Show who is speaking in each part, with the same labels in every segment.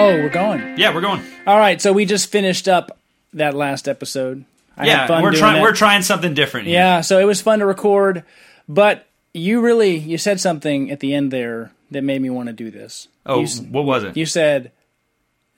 Speaker 1: Oh, we're going.
Speaker 2: Yeah, we're going.
Speaker 1: All right, so we just finished up that last episode. I had
Speaker 2: Yeah,
Speaker 1: fun
Speaker 2: we're
Speaker 1: doing
Speaker 2: trying.
Speaker 1: that.
Speaker 2: We're trying something different. here.
Speaker 1: Yeah, so it was fun to record, but you really you said something at the end there that made me want to do this.
Speaker 2: Oh,
Speaker 1: you, s-
Speaker 2: what was it?
Speaker 1: you said,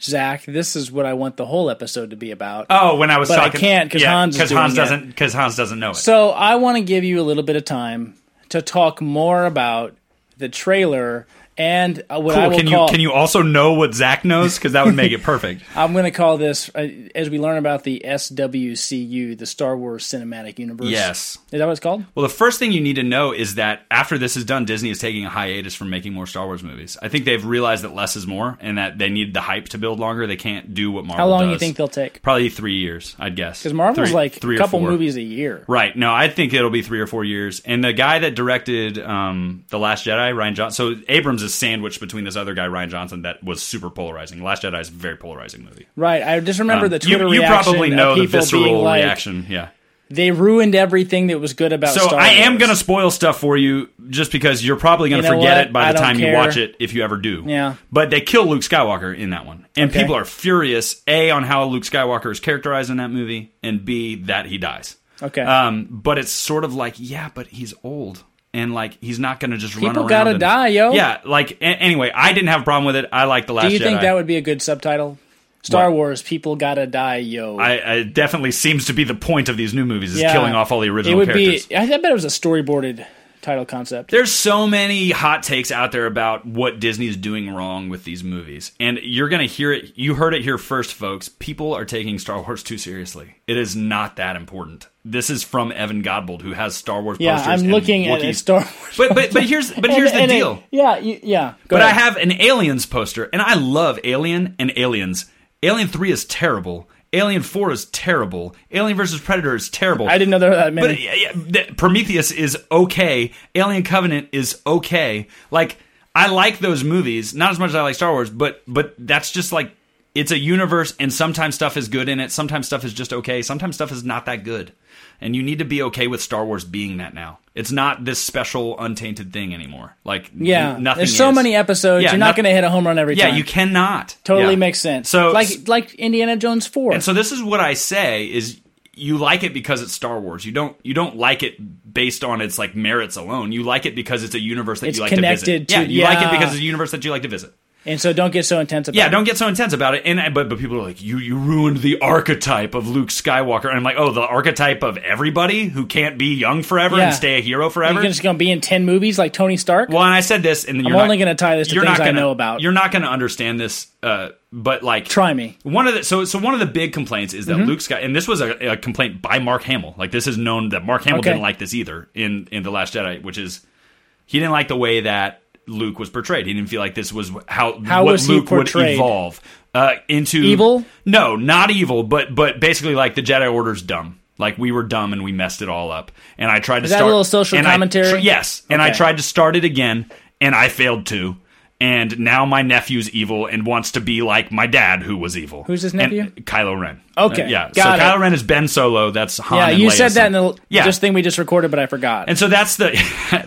Speaker 1: Zach, this is what I want the whole episode to be about.
Speaker 2: oh, when I was
Speaker 1: But I
Speaker 2: talking.
Speaker 1: can't 'cause
Speaker 2: yeah,
Speaker 1: Hans is doing
Speaker 2: Hans
Speaker 1: it.
Speaker 2: doesn't because Hans doesn't know it.
Speaker 1: So I want to give you a little bit of time to talk more about the trailer and uh, what I
Speaker 2: cool.
Speaker 1: will
Speaker 2: Can you
Speaker 1: call.
Speaker 2: can you also know what Zach knows? Because that would make it perfect.
Speaker 1: I'm going to call this uh, as we learn about the SWCU, the Star Wars Cinematic Universe.
Speaker 2: Yes.
Speaker 1: is that what it's called?
Speaker 2: Well, the first thing you need to know is that after this is done, Disney is taking a hiatus from making more Star Wars movies. I think they've realized that less is more, and that they need the hype to build longer. They can't do what Marvel.
Speaker 1: How long do you
Speaker 2: does.
Speaker 1: think they'll take?
Speaker 2: Probably three years, I'd guess.
Speaker 1: Because Marvel's
Speaker 2: Three-
Speaker 1: like
Speaker 2: three
Speaker 1: a
Speaker 2: or
Speaker 1: couple
Speaker 2: four.
Speaker 1: movies a year.
Speaker 2: Right. No, I think it'll be three or four years. And the guy that directed um, The Last Jedi, Ryan Johnson. So Abrams is sandwiched between this other guy, Ryan Johnson, that was super polarizing. Last Jedi is a very polarizing movie.
Speaker 1: Right. I just remember the
Speaker 2: Um, You-
Speaker 1: Twitter
Speaker 2: you,
Speaker 1: reaction.
Speaker 2: probably know
Speaker 1: of
Speaker 2: the
Speaker 1: people being
Speaker 2: visceral
Speaker 1: like,
Speaker 2: reaction. Yeah.
Speaker 1: They ruined everything that was good about.
Speaker 2: So
Speaker 1: Star
Speaker 2: I am
Speaker 1: Wars."
Speaker 2: going to spoil stuff for you just because you're probably going to
Speaker 1: You know
Speaker 2: forget
Speaker 1: what?
Speaker 2: it by
Speaker 1: I
Speaker 2: the
Speaker 1: don't
Speaker 2: time
Speaker 1: care.
Speaker 2: you watch it if you ever do.
Speaker 1: Yeah.
Speaker 2: But they kill Luke Skywalker in that one. And
Speaker 1: Okay.
Speaker 2: people are furious A on how Luke Skywalker is characterized in that movie and B that he dies.
Speaker 1: Okay.
Speaker 2: Um but it's sort of like yeah, but he's old and like he's not going to just run
Speaker 1: People
Speaker 2: around
Speaker 1: gotta
Speaker 2: and-
Speaker 1: die, yo.
Speaker 2: Yeah, like a- anyway, I didn't have a problem with it. I like the last
Speaker 1: Do you think
Speaker 2: Jedi.
Speaker 1: that would be a good subtitle? Star
Speaker 2: What?
Speaker 1: Wars: People Gotta Die, Yo.
Speaker 2: I, I definitely seems to be the point of these new movies is
Speaker 1: Yeah.
Speaker 2: killing off all the original
Speaker 1: it would
Speaker 2: characters.
Speaker 1: be. I bet it was a storyboarded title concept.
Speaker 2: There's so many hot takes out there about what Disney is doing wrong with these movies. And you're going to hear it. You heard it here first, folks. People are taking Star Wars too seriously. It is not that important. This is from Evan Godbold, who has Star Wars
Speaker 1: Yeah,
Speaker 2: posters.
Speaker 1: I'm
Speaker 2: and
Speaker 1: looking at a
Speaker 2: Wookiees.
Speaker 1: Star Wars.
Speaker 2: But, but, but here's, but here's
Speaker 1: And-
Speaker 2: the
Speaker 1: and it-
Speaker 2: deal.
Speaker 1: yeah, you, yeah. Go
Speaker 2: But I
Speaker 1: ahead.
Speaker 2: have an Aliens poster, and I love Alien and Aliens. Alien 3 is terrible. Alien 4 is terrible. Alien versus Predator is terrible.
Speaker 1: I didn't know there were that many.
Speaker 2: But yeah, yeah, th- Prometheus is okay. Alien Covenant is okay. Like I like those movies, not as much as I like Star Wars, but but that's just like it's a universe, and sometimes stuff is good in it. Sometimes stuff is just okay. Sometimes stuff is not that good, and you need to be okay with Star Wars being that now. It's not this special untainted thing anymore. Like
Speaker 1: yeah,
Speaker 2: n- nothing.
Speaker 1: there's so
Speaker 2: is.
Speaker 1: many episodes.
Speaker 2: Yeah,
Speaker 1: you're not
Speaker 2: noth-
Speaker 1: going to hit a home run every
Speaker 2: Yeah,
Speaker 1: time.
Speaker 2: you cannot.
Speaker 1: Totally
Speaker 2: Yeah.
Speaker 1: makes sense.
Speaker 2: So
Speaker 1: like like Indiana Jones four.
Speaker 2: and so this is what I say is you like it because it's Star Wars. You don't you don't like it based on its like merits alone. You like it because it's a universe that
Speaker 1: It's
Speaker 2: you like
Speaker 1: connected
Speaker 2: to
Speaker 1: to-
Speaker 2: visit. yeah, you like
Speaker 1: yeah.
Speaker 2: it because it's a universe that you like to visit.
Speaker 1: And so don't get so intense about.
Speaker 2: Yeah,
Speaker 1: it.
Speaker 2: don't get so intense about it. And I, but but people are like, you you ruined the archetype of Luke Skywalker. And I'm like, oh, the archetype of everybody who can't be young forever
Speaker 1: Yeah.
Speaker 2: and stay a hero
Speaker 1: You're
Speaker 2: forever.
Speaker 1: just going to be in ten movies like Tony Stark.
Speaker 2: Well, and I said this, and you're
Speaker 1: only
Speaker 2: not-
Speaker 1: gonna tie this to
Speaker 2: you're
Speaker 1: things
Speaker 2: not
Speaker 1: I
Speaker 2: gonna-
Speaker 1: know about.
Speaker 2: You're not going to understand this, uh, but like
Speaker 1: Try me. Mm-hmm.
Speaker 2: One of the so so one of the big complaints is that Luke Sky and this was a, a complaint by Mark Hamill. Like this is known that Mark Hamill
Speaker 1: Okay.
Speaker 2: didn't like this either in in the Last Jedi, which is he didn't like the way that Luke was portrayed. He didn't feel like this was how
Speaker 1: How
Speaker 2: what
Speaker 1: was he
Speaker 2: Luke would
Speaker 1: portrayed?
Speaker 2: evolve uh, into
Speaker 1: Evil?
Speaker 2: No, not evil, but but basically like the Jedi Order's dumb. Like we were dumb and we messed it all up. And I tried to
Speaker 1: that a
Speaker 2: start
Speaker 1: little social
Speaker 2: and I tr-
Speaker 1: commentary?
Speaker 2: yes, and I
Speaker 1: Okay.
Speaker 2: tried to start it again, and I failed too. And now my nephew's evil and wants to be like my dad, who was evil.
Speaker 1: Who's his
Speaker 2: And-
Speaker 1: nephew?
Speaker 2: Kylo Ren.
Speaker 1: Okay,
Speaker 2: Uh, yeah.
Speaker 1: got it.
Speaker 2: so Kylo Ren is Ben Solo. That's Han.
Speaker 1: yeah,
Speaker 2: and
Speaker 1: you
Speaker 2: Leia's
Speaker 1: said that
Speaker 2: son.
Speaker 1: in the
Speaker 2: yeah.
Speaker 1: just thing we just recorded, but I forgot.
Speaker 2: and so that's the,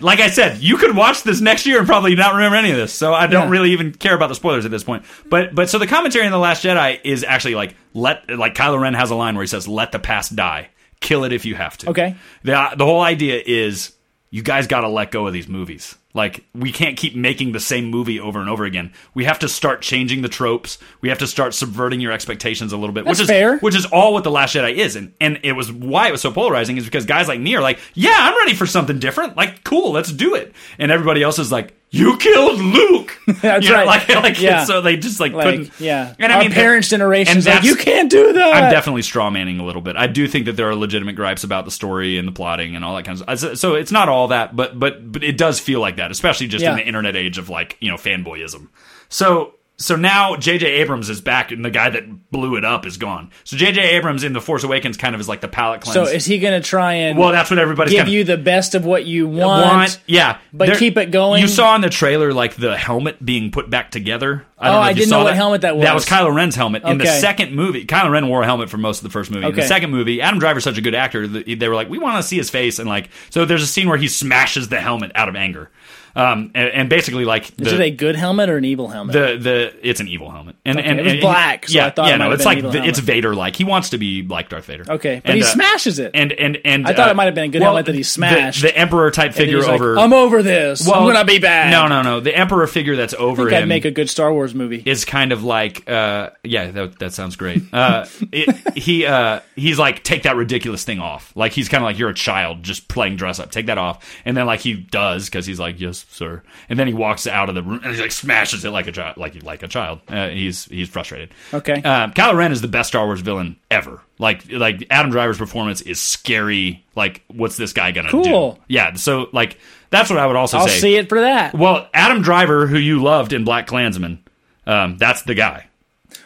Speaker 2: like I said, you could watch this next year and probably not remember any of this. So I don't
Speaker 1: Yeah.
Speaker 2: really even care about the spoilers at this point. But but so the commentary in the Last Jedi is actually like let like Kylo Ren has a line where he says, "Let the past die, kill it if you have to."
Speaker 1: Okay.
Speaker 2: The the whole idea is you guys got to let go of these movies. Like we can't keep making the same movie over and over again. We have to start changing the tropes. We have to start subverting your expectations a little bit,
Speaker 1: That's
Speaker 2: which is
Speaker 1: fair.
Speaker 2: which is all what the Last Jedi is, and and it was why it was so polarizing is because guys like me are like, yeah, I'm ready for something different. Like, cool, let's do it. And everybody else is like, you killed Luke.
Speaker 1: That's
Speaker 2: You know,
Speaker 1: right.
Speaker 2: Like, like
Speaker 1: Yeah.
Speaker 2: so they just like,
Speaker 1: like
Speaker 2: couldn't.
Speaker 1: yeah,
Speaker 2: And I
Speaker 1: our
Speaker 2: mean,
Speaker 1: parents' generation
Speaker 2: and
Speaker 1: is like
Speaker 2: that's-
Speaker 1: you can't do that.
Speaker 2: I'm definitely straw manning a little bit. I do think that there are legitimate gripes about the story and the plotting and all that kind of stuff. So it's not all that, but but but it does feel like that, especially just
Speaker 1: Yeah.
Speaker 2: in the internet age of like you know fanboyism. So so now J.J. Abrams is back, and the guy that blew it up is gone. So J.J. Abrams in the Force Awakens kind of is like the palate
Speaker 1: So
Speaker 2: cleanse.
Speaker 1: is he going to try and
Speaker 2: well, that's what everybody's
Speaker 1: give
Speaker 2: kind of
Speaker 1: you the best of what you want?
Speaker 2: want. Yeah,
Speaker 1: but keep it going.
Speaker 2: You saw in the trailer like the helmet being put back together. I don't
Speaker 1: Oh,
Speaker 2: know if
Speaker 1: I
Speaker 2: you
Speaker 1: didn't
Speaker 2: saw
Speaker 1: know what
Speaker 2: that.
Speaker 1: helmet that
Speaker 2: That was
Speaker 1: was.
Speaker 2: Kylo Ren's helmet in the
Speaker 1: Okay.
Speaker 2: second movie. Kylo Ren wore a helmet for most of the first movie. In the
Speaker 1: Okay.
Speaker 2: second movie, Adam Driver's such a good actor. that They were like, we want to see his face, and like, so there's a scene where he smashes the helmet out of anger, um, and, and basically like the,
Speaker 1: Is it a good helmet or an evil helmet?
Speaker 2: the the it's an evil helmet, and and,
Speaker 1: it was
Speaker 2: and-
Speaker 1: black, so
Speaker 2: yeah,
Speaker 1: I thought it
Speaker 2: yeah,
Speaker 1: might
Speaker 2: no,
Speaker 1: have
Speaker 2: it's
Speaker 1: been
Speaker 2: like
Speaker 1: evil
Speaker 2: the, it's
Speaker 1: helmet.
Speaker 2: Vader like. He wants to be like Darth Vader.
Speaker 1: okay, but
Speaker 2: And,
Speaker 1: he
Speaker 2: uh,
Speaker 1: smashes it.
Speaker 2: And and and
Speaker 1: I thought
Speaker 2: uh,
Speaker 1: it might have been a good
Speaker 2: well,
Speaker 1: helmet that he
Speaker 2: the-
Speaker 1: smashed.
Speaker 2: The, emperor type
Speaker 1: He's
Speaker 2: figure
Speaker 1: like, "Oh
Speaker 2: over.
Speaker 1: I'm over this.
Speaker 2: well,
Speaker 1: I'm gonna be back.
Speaker 2: No, no, no. The emperor figure that's over
Speaker 1: I think I'd
Speaker 2: him
Speaker 1: make a good Star Wars movie.
Speaker 2: is kind of like uh yeah that, that sounds great uh it, he uh he's like take that ridiculous thing off like he's kind of like you're a child just playing dress up take that off and then like he does because he's like yes sir and then he walks out of the room and he like smashes it like a child like like a child uh, he's he's frustrated
Speaker 1: Okay.
Speaker 2: uh, Kylo Ren is the best Star Wars villain ever like like Adam Driver's performance is scary like what's this guy gonna
Speaker 1: Cool.
Speaker 2: do yeah so like that's what I would also
Speaker 1: I'll
Speaker 2: say
Speaker 1: see it for that.
Speaker 2: well, Adam Driver, who you loved in Black Klansman, um, that's the guy.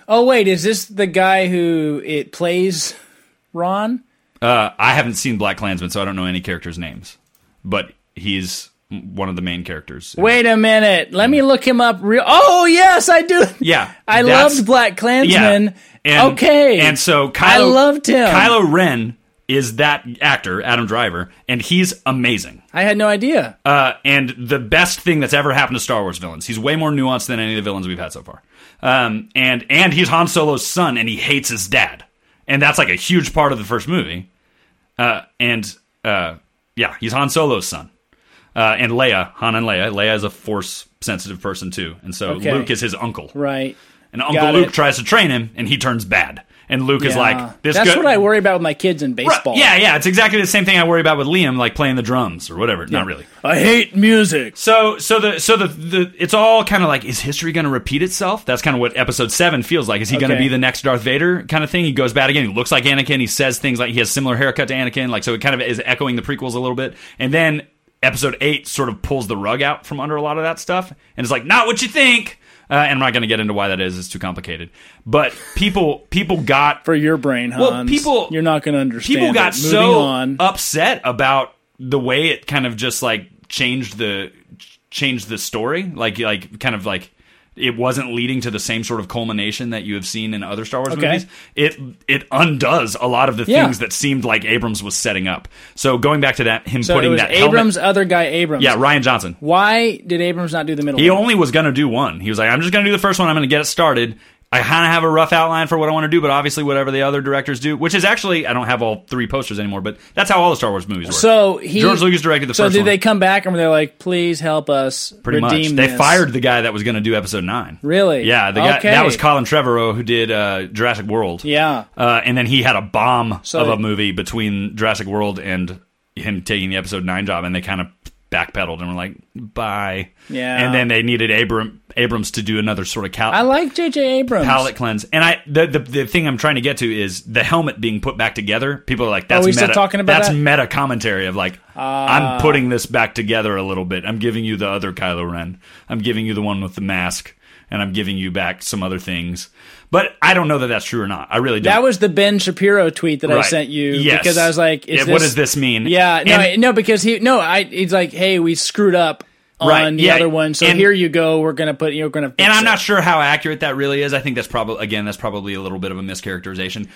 Speaker 1: Oh wait, is this the guy who it plays Ron?
Speaker 2: Uh, I haven't seen Black Klansman, so I don't know any characters' names, but he's one of the main characters.
Speaker 1: Wait a minute. Let me look him up real Oh yes, I do.
Speaker 2: Yeah,
Speaker 1: I
Speaker 2: that's-
Speaker 1: loved Black
Speaker 2: Yeah,
Speaker 1: Klansman.
Speaker 2: and,
Speaker 1: okay.
Speaker 2: And so Kylo,
Speaker 1: I loved him.
Speaker 2: Kylo Ren is that actor, Adam Driver, and he's amazing.
Speaker 1: I had no idea.
Speaker 2: Uh, and the best thing that's ever happened to Star Wars villains. He's way more nuanced than any of the villains we've had so far. Um, and and he's Han Solo's son, and he hates his dad, and that's like a huge part of the first movie. Uh, and uh, yeah, he's Han Solo's son, uh, and Leia, Han and Leia. Leia is a Force sensitive person too, and so
Speaker 1: Okay.
Speaker 2: Luke is his uncle,
Speaker 1: right.
Speaker 2: and Uncle
Speaker 1: Got
Speaker 2: Luke
Speaker 1: it.
Speaker 2: tries to train him, and he turns bad. And Luke is
Speaker 1: Yeah.
Speaker 2: like, "This
Speaker 1: That's
Speaker 2: go-
Speaker 1: what I worry about with my kids in
Speaker 2: Right,
Speaker 1: baseball.
Speaker 2: Yeah, yeah, it's exactly the same thing I worry about with Liam, like playing the drums or whatever. Not really.
Speaker 1: I hate music.
Speaker 2: So so the so the, the it's all kind of like is history going to repeat itself? That's kind of what episode 7 feels like. Is he going to
Speaker 1: Okay.
Speaker 2: be the next Darth Vader kind of thing? He goes bad again. He looks like Anakin. He says things like he has similar haircut to Anakin. Like so it kind of is echoing the prequels a little bit. And then episode 8 sort of pulls the rug out from under a lot of that stuff and it's like not what you think. Uh, and I'm not going to get into why that is. It's too complicated. But people people got
Speaker 1: For your brain, Hans.
Speaker 2: Well, people-
Speaker 1: you're not going to understand.
Speaker 2: people got
Speaker 1: it. Moving
Speaker 2: so
Speaker 1: on.
Speaker 2: upset about the way it kind of just like changed the ch- changed the story like like kind of like it wasn't leading to the same sort of culmination that you have seen in other Star Wars
Speaker 1: Okay.
Speaker 2: movies. It it undoes a lot of the
Speaker 1: Yeah.
Speaker 2: things that seemed like Abrams was setting up. So going back to that, him
Speaker 1: so it
Speaker 2: putting
Speaker 1: was
Speaker 2: that helmet-
Speaker 1: Abrams, other guy Abrams.
Speaker 2: yeah, Ryan Johnson.
Speaker 1: Why did Abrams not do the middle?
Speaker 2: He
Speaker 1: one?
Speaker 2: only was going to do one. He was like, I'm just going to do the first one. I'm going to get it started. I kind of have a rough outline for what I want to do, but obviously, whatever the other directors do, which is actually, I don't have all three posters anymore, but that's how all the Star Wars movies work.
Speaker 1: So he
Speaker 2: George Lucas directed the
Speaker 1: so
Speaker 2: first
Speaker 1: did
Speaker 2: one.
Speaker 1: they come back and they're like, please help us
Speaker 2: pretty much.
Speaker 1: redeem
Speaker 2: They
Speaker 1: this.
Speaker 2: fired the guy that was going to do episode nine.
Speaker 1: Really?
Speaker 2: Yeah, the guy
Speaker 1: Okay.
Speaker 2: that was Colin Trevorrow who did uh, Jurassic World.
Speaker 1: Yeah.
Speaker 2: uh, and then he had a bomb
Speaker 1: So-
Speaker 2: of a movie between Jurassic World and him taking the episode nine job, and they kind of backpedaled and were like, "Bye."
Speaker 1: Yeah.
Speaker 2: and then they needed Abram Abrams to do another sort of cal-
Speaker 1: I like J.J. Abrams.
Speaker 2: palate cleanse. And I the, the the thing I'm trying to get to is the helmet being put back together. People are like, "That's
Speaker 1: we
Speaker 2: meta.
Speaker 1: still talking about
Speaker 2: that's
Speaker 1: that? Ah.
Speaker 2: meta commentary of like, I'm putting this back together a little bit. I'm giving you the other Kylo Ren. I'm giving you the one with the mask, and I'm giving you back some other things. But I don't know that that's true or not. I really don't.
Speaker 1: That was the Ben Shapiro tweet that I
Speaker 2: Right.
Speaker 1: sent you
Speaker 2: Yes.
Speaker 1: because I was like, is
Speaker 2: Yeah,
Speaker 1: this,
Speaker 2: what does this mean?
Speaker 1: Yeah, no,
Speaker 2: And-
Speaker 1: I- no, because he no, I he's like, hey, we screwed up on
Speaker 2: Right,
Speaker 1: the
Speaker 2: yeah,
Speaker 1: other one, so
Speaker 2: and-
Speaker 1: here you go. We're gonna put you're gonna. Fix
Speaker 2: and I'm
Speaker 1: it.
Speaker 2: not sure how accurate that really is. I think that's probably again that's probably a little bit of a mischaracterization.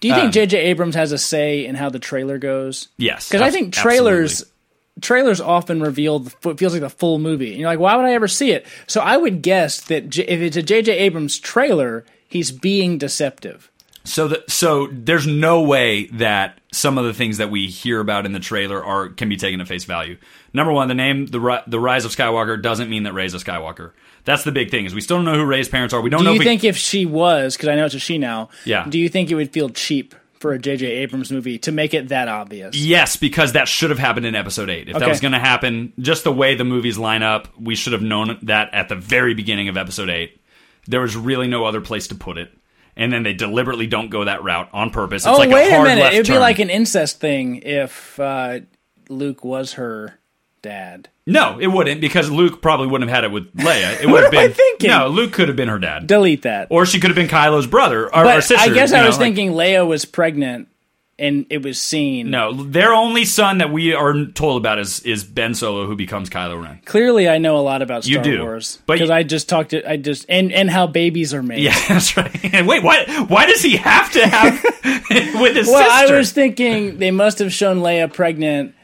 Speaker 1: Do you
Speaker 2: Uh.
Speaker 1: think J.J. Abrams has a say in how the trailer goes?
Speaker 2: Yes,
Speaker 1: because I
Speaker 2: abs-
Speaker 1: think trailers
Speaker 2: absolutely.
Speaker 1: trailers often reveal the, it feels like the full movie. And you're like, why would I ever see it? So I would guess that J- if it's a J.J. Abrams trailer, he's being deceptive.
Speaker 2: So the, so there's no way that some of the things that we hear about in the trailer are can be taken at face value. Number one, the name the Ri- the Rise of Skywalker doesn't mean that Rey's a Skywalker. That's the big thing is we still don't know who Rey's parents are. We don't
Speaker 1: Do
Speaker 2: know
Speaker 1: you
Speaker 2: if we,
Speaker 1: think if she was, because I know it's a she now,
Speaker 2: Yeah.
Speaker 1: do you think it would feel cheap for a J.J. Abrams movie to make it that obvious?
Speaker 2: Yes, because that should have happened in episode eight. If that
Speaker 1: Okay.
Speaker 2: was going to happen, just the way the movies line up, we should have known that at the very beginning of episode eight. There was really no other place to put it, and then they deliberately don't go that route on purpose. It's
Speaker 1: oh,
Speaker 2: like
Speaker 1: wait
Speaker 2: a
Speaker 1: a,
Speaker 2: hard
Speaker 1: minute.
Speaker 2: left
Speaker 1: It would be
Speaker 2: turn.
Speaker 1: like an incest thing if uh, Luke was her dad.
Speaker 2: No, it wouldn't because Luke probably wouldn't have had it with Leia. It would have
Speaker 1: am I
Speaker 2: been
Speaker 1: thinking?
Speaker 2: No, Luke could have been her dad,
Speaker 1: Delete that.
Speaker 2: or she could have been Kylo's brother or, or
Speaker 1: but
Speaker 2: sister.
Speaker 1: I guess
Speaker 2: you
Speaker 1: I
Speaker 2: know,
Speaker 1: was
Speaker 2: like-
Speaker 1: thinking Leia was pregnant and it was seen.
Speaker 2: No, their only son that we are told about is is Ben Solo, who becomes Kylo Ren.
Speaker 1: Clearly, I know a lot about Star
Speaker 2: You do,
Speaker 1: Wars
Speaker 2: but
Speaker 1: because
Speaker 2: you-
Speaker 1: I just talked. To, I just and and how babies are made.
Speaker 2: Yeah, that's right. Wait, why? Why does he have to have with his
Speaker 1: Well,
Speaker 2: sister?
Speaker 1: I was thinking they must have shown Leia pregnant,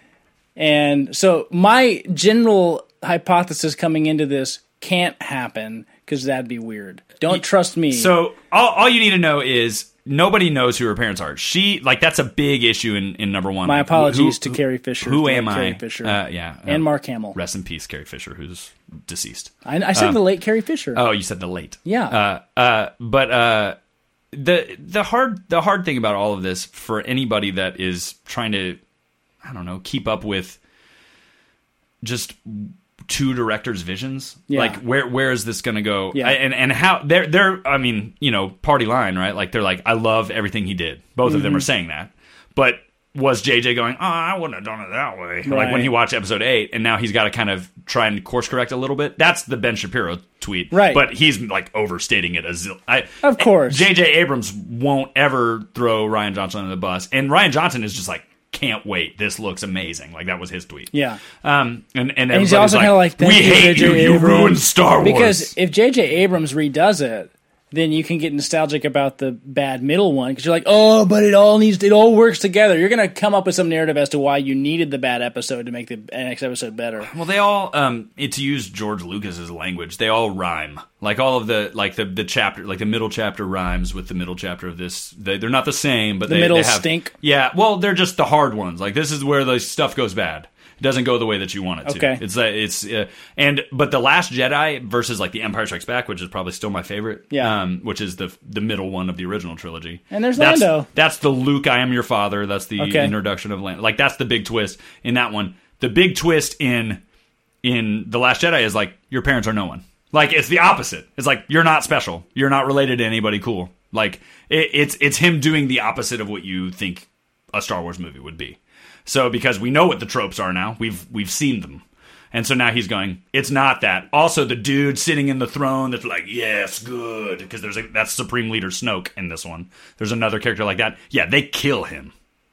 Speaker 1: and so my general hypothesis coming into this can't happen because that'd be weird. Don't trust me.
Speaker 2: So all, all you need to know is nobody knows who her parents are. She like that's a big issue in, in number one.
Speaker 1: my
Speaker 2: Like, who-
Speaker 1: apologies
Speaker 2: who-
Speaker 1: to
Speaker 2: who-
Speaker 1: Carrie Fisher.
Speaker 2: Who
Speaker 1: for
Speaker 2: am
Speaker 1: Carrie
Speaker 2: I?
Speaker 1: Fisher
Speaker 2: Uh, yeah,
Speaker 1: and
Speaker 2: uh,
Speaker 1: Mark Hamill.
Speaker 2: Rest in peace, Carrie Fisher, who's deceased.
Speaker 1: I, I
Speaker 2: Uh,
Speaker 1: said the late Carrie Fisher.
Speaker 2: Oh, you said the late.
Speaker 1: Yeah.
Speaker 2: Uh, uh, but uh, the the hard the hard thing about all of this for anybody that is trying to, I don't know, keep up with just two directors' visions.
Speaker 1: Yeah.
Speaker 2: Like where where is this going to go?
Speaker 1: Yeah.
Speaker 2: I- and and how they're they're I mean you know party line right? Like they're like I love everything he did. Both of
Speaker 1: Mm-hmm.
Speaker 2: them are saying that, but. Was JJ going? Oh, I wouldn't have done it that way. Like when
Speaker 1: Right.
Speaker 2: he watched episode eight, and now he's got to kind of try and course correct a little bit. That's the Ben Shapiro tweet,
Speaker 1: Right.
Speaker 2: But he's like overstating it a zil. I,
Speaker 1: Of course.
Speaker 2: JJ Abrams won't ever throw Ryan Johnson under the bus, and Ryan Johnson is just like, can't wait. This looks amazing. Like that was his tweet.
Speaker 1: Yeah.
Speaker 2: Um. And and,
Speaker 1: he's
Speaker 2: everybody's
Speaker 1: also kinda like,
Speaker 2: we
Speaker 1: "Thank you,
Speaker 2: hate
Speaker 1: J.J.
Speaker 2: you. You
Speaker 1: Abrams."
Speaker 2: ruined Star Wars.
Speaker 1: Because if J.J. Abrams redoes it, then you can get nostalgic about the bad middle one because you're like, oh, but it all needs, it all works together. You're gonna come up with some narrative as to why you needed the bad episode to make the next episode better.
Speaker 2: Well, they all um it- to use George Lucas's language, they all rhyme. Like all of the like the the chapter, like the middle chapter rhymes with the middle chapter of this. They, they're not the same, but the they,
Speaker 1: middle
Speaker 2: they have,
Speaker 1: stink?
Speaker 2: Yeah, well, they're just the hard ones. Like this is where the stuff goes bad. It doesn't go the way that you want it to.
Speaker 1: Okay.
Speaker 2: It's like it's uh, and but the Last Jedi versus like the Empire Strikes Back, which is probably still my favorite.
Speaker 1: Yeah.
Speaker 2: Um, which is the the middle one of the original trilogy.
Speaker 1: And there's
Speaker 2: that's,
Speaker 1: Lando.
Speaker 2: That's the Luke. I am your father. That's the
Speaker 1: Okay.
Speaker 2: introduction of Lando. Like that's the big twist in that one. The big twist in in The Last Jedi is like your parents are no one. Like it's the opposite. It's like you're not special. You're not related to anybody cool. Like it, it's it's him doing the opposite of what you think a Star Wars movie would be. So because we know what the tropes are now, we've we've seen them. And so now he's going, it's not that. Also the dude sitting in the throne that's like, yes, good, because there's a that's Supreme Leader Snoke in this one. There's another character like that. Yeah, they kill him.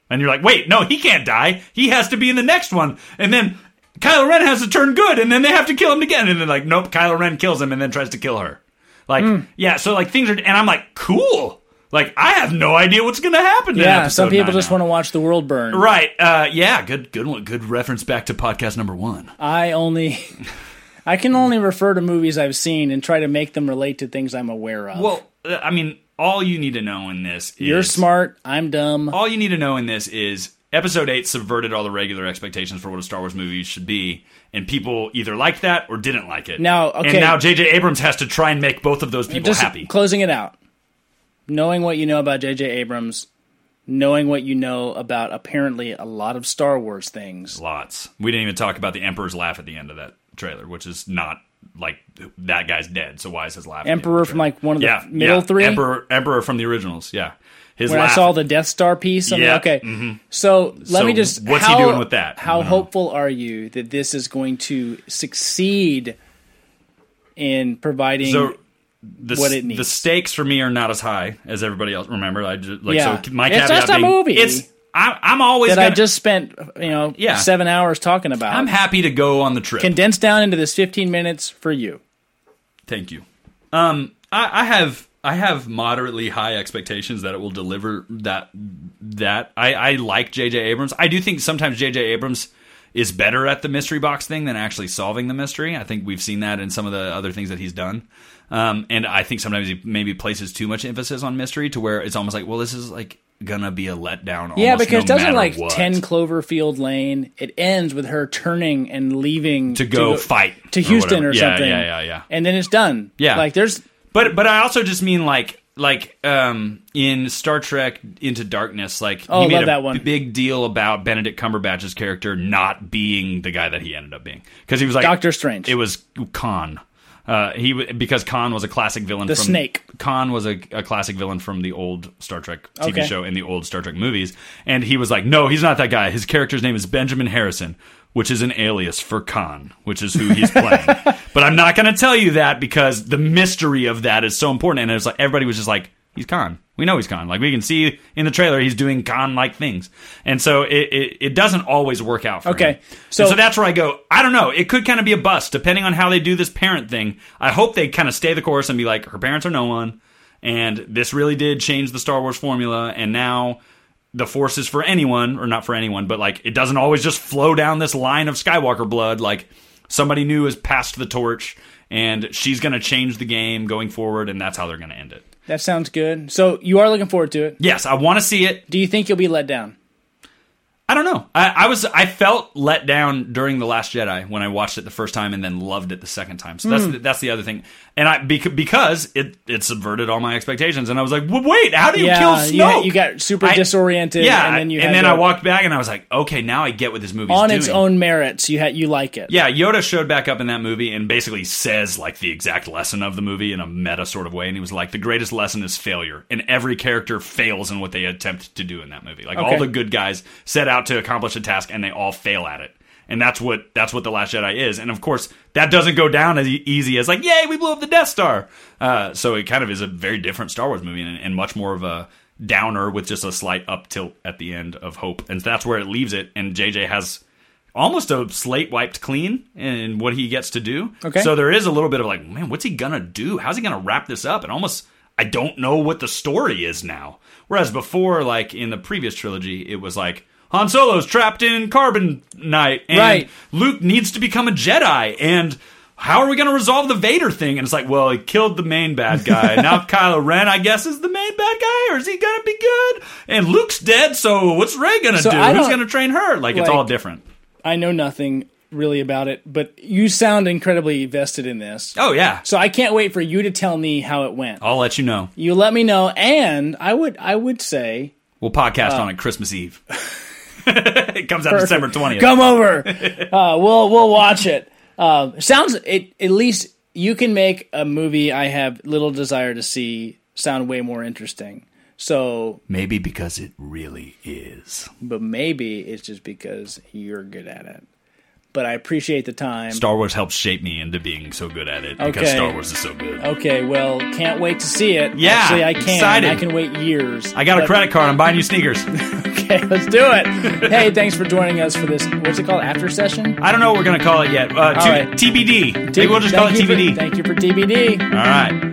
Speaker 2: And you're like, wait, no, he can't die. He has to be in the next one. And then Kylo Ren has to turn good, and then they have to kill him again. And then like, nope, Kylo Ren kills him and then tries to kill her. Like,
Speaker 1: Hmm.
Speaker 2: yeah, so like things are, and I'm like, cool. Like I have no idea what's gonna happen. in
Speaker 1: Yeah,
Speaker 2: episode
Speaker 1: some people
Speaker 2: nine
Speaker 1: just
Speaker 2: now.
Speaker 1: want to watch the world burn.
Speaker 2: Right. Uh, yeah. Good. Good one. Good reference back to podcast number one.
Speaker 1: I only. I can only refer to movies I've seen and try to make them relate to things I'm aware of.
Speaker 2: Well, uh, I mean, all you need to know in this is
Speaker 1: You're smart, I'm dumb.
Speaker 2: all you need to know in this is episode 8 subverted all the regular expectations for what a Star Wars movie should be and people either liked that or didn't like it.
Speaker 1: Now, okay.
Speaker 2: And now JJ Abrams has to try and make both of those people
Speaker 1: just
Speaker 2: happy.
Speaker 1: closing it out knowing what you know about jj abrams knowing what you know about apparently a lot of star wars things
Speaker 2: Lots. We didn't even talk about the Emperor's laugh at the end of that trailer, which is not like that guy's dead, so why is his laugh? at the end of the
Speaker 1: Emperor from,
Speaker 2: trailer?
Speaker 1: like, one of the
Speaker 2: yeah,
Speaker 1: middle
Speaker 2: yeah.
Speaker 1: three?
Speaker 2: Emperor Emperor from the originals, yeah. His
Speaker 1: when
Speaker 2: laugh
Speaker 1: i saw the death star piece i'm
Speaker 2: Yeah, mm-hmm.
Speaker 1: like okay so let
Speaker 2: So
Speaker 1: me just
Speaker 2: what's he
Speaker 1: how,
Speaker 2: doing with that? Mm-hmm. I
Speaker 1: how
Speaker 2: don't know.
Speaker 1: hopeful are you that this is going to succeed in providing
Speaker 2: So the,
Speaker 1: what it
Speaker 2: the
Speaker 1: needs.
Speaker 2: stakes for me are not as high as everybody else. Remember, I just like
Speaker 1: Yeah.
Speaker 2: so. My
Speaker 1: It's
Speaker 2: caveat
Speaker 1: just a
Speaker 2: being,
Speaker 1: movie.
Speaker 2: It's I'm, I'm always
Speaker 1: that i
Speaker 2: gonna-
Speaker 1: just spent you know
Speaker 2: Yeah.
Speaker 1: seven hours talking about
Speaker 2: I'm happy to go on the trip.
Speaker 1: condensed down into this 15 minutes for you
Speaker 2: Thank you. Um, I, I have I have moderately high expectations that it will deliver that that I, I like J.J. Abrams. I do think sometimes J.J. Abrams is better at the mystery box thing than actually solving the mystery. I think we've seen that in some of the other things that he's done. Um, and I think sometimes he maybe places too much emphasis on mystery to where it's almost like, well, this is like gonna be a letdown.
Speaker 1: Yeah,
Speaker 2: almost
Speaker 1: because
Speaker 2: no
Speaker 1: doesn't
Speaker 2: matter
Speaker 1: like
Speaker 2: what,
Speaker 1: ten Cloverfield Lane? It ends with her turning and leaving
Speaker 2: to go, fight
Speaker 1: to Houston
Speaker 2: whatever.
Speaker 1: or,
Speaker 2: Yeah,
Speaker 1: something.
Speaker 2: Yeah, yeah, yeah.
Speaker 1: And then it's done.
Speaker 2: Yeah.
Speaker 1: like there's
Speaker 2: But but I also just mean like like um in Star Trek Into Darkness, like
Speaker 1: Oh,
Speaker 2: he made
Speaker 1: love
Speaker 2: a
Speaker 1: that one.
Speaker 2: big deal about Benedict Cumberbatch's character not being the guy that he ended up being because he was like
Speaker 1: Doctor Strange.
Speaker 2: It was Khan. Uh, he w- because Khan was a classic villain.
Speaker 1: The
Speaker 2: from,
Speaker 1: snake.
Speaker 2: Khan was a, a classic villain from the old Star Trek TV
Speaker 1: Okay.
Speaker 2: show and the old Star Trek movies, and he was like, "No, he's not that guy. His character's name is Benjamin Harrison, which is an alias for Khan, which is who he's playing." but I'm not going to tell you that because the mystery of that is so important. And it's like everybody was just like, He's Khan. We know he's Khan. Like we can see in the trailer, he's doing Khan-like things, and so it, it, it doesn't always work out. For
Speaker 1: Okay.
Speaker 2: him.
Speaker 1: So-
Speaker 2: So, so that's where I go. I don't know. It could kind of be a bust depending on how they do this parent thing. I hope they kind of stay the course and be like, her parents are no one, and this really did change the Star Wars formula, and now the Force is for anyone, or not for anyone, but like it doesn't always just flow down this line of Skywalker blood. Like somebody new has passed the torch, and she's going to change the game going forward, and that's how they're going to end it.
Speaker 1: That sounds good. So you are looking forward to it.
Speaker 2: Yes, I want to see it.
Speaker 1: Do you think you'll be let down?
Speaker 2: I don't know. I, I was I felt let down during the Last Jedi when I watched it the first time and then loved it the second time. So
Speaker 1: Mm.
Speaker 2: that's the, that's the other thing. And I bec- because it it subverted all my expectations and I was like, "W- wait, how do you kill
Speaker 1: Yeah, you,
Speaker 2: Snoke?
Speaker 1: you got super
Speaker 2: I-
Speaker 1: disoriented.
Speaker 2: yeah,
Speaker 1: and then you had
Speaker 2: I
Speaker 1: to-
Speaker 2: walked back and I was like, okay, now I get what this movie's
Speaker 1: on
Speaker 2: doing.
Speaker 1: its own merits. You had you like it.
Speaker 2: Yeah, Yoda showed back up in that movie and basically says like the exact lesson of the movie in a meta sort of way, and he was like, "The greatest lesson is failure, and every character fails in what they attempt to do in that movie. Like
Speaker 1: Okay.
Speaker 2: all the good guys set out to accomplish a task, and they all fail at it." And that's what that's what the Last Jedi is, and of course that doesn't go down as e- easy as like, "Yay, we blew up the Death Star!" Uh, so it kind of is a very different Star Wars movie, and, and much more of a downer with just a slight up tilt at the end of hope, and that's where it leaves it. And JJ has almost a slate wiped clean in what he gets to do.
Speaker 1: Okay.
Speaker 2: So there is a little bit of like, man, what's he gonna do? How's he gonna wrap this up? And almost I don't know what the story is now. Whereas before, like in the previous trilogy, it was like Han Solo's trapped in carbon night and
Speaker 1: Right.
Speaker 2: Luke needs to become a Jedi and how are we going to resolve the Vader thing? And it's like, well, he killed the main bad guy. Now Kylo Ren, I guess, is the main bad guy, or is he going to be good? And Luke's dead, so what's Ray going to
Speaker 1: So
Speaker 2: do?
Speaker 1: I
Speaker 2: Who's
Speaker 1: don't-
Speaker 2: going to train her? Like, it's
Speaker 1: like-
Speaker 2: all different.
Speaker 1: I know nothing really about it, but you sound incredibly vested in this.
Speaker 2: Oh yeah,
Speaker 1: So I can't wait for you to tell me how it went.
Speaker 2: I'll let you know.
Speaker 1: You let me know, and I would I would say
Speaker 2: We'll podcast
Speaker 1: Oh.
Speaker 2: on it Christmas Eve. it comes out December twentieth.
Speaker 1: come over. Uh, we'll we'll watch it. Uh, sounds it at least you can make a movie I have little desire to see sound way more interesting. So,
Speaker 2: Maybe because it really is
Speaker 1: but maybe it's just because you're good at it. But I appreciate the time.
Speaker 2: Star Wars helped shape me into being so good at it because
Speaker 1: Okay. Oh,
Speaker 2: Star Wars is so good.
Speaker 1: Okay, well, can't wait to see it.
Speaker 2: Yeah,
Speaker 1: actually, I can.
Speaker 2: excited.
Speaker 1: I can wait years.
Speaker 2: I got a
Speaker 1: But-
Speaker 2: credit card. I'm buying you sneakers.
Speaker 1: Okay, let's do it. hey, thanks for joining us for this. What's it called? After session.
Speaker 2: I don't know what we're gonna call it yet. Uh, to-
Speaker 1: right.
Speaker 2: TBD. Maybe we'll just call it
Speaker 1: Thank you for-
Speaker 2: TBD.
Speaker 1: thank you for TBD.
Speaker 2: All right.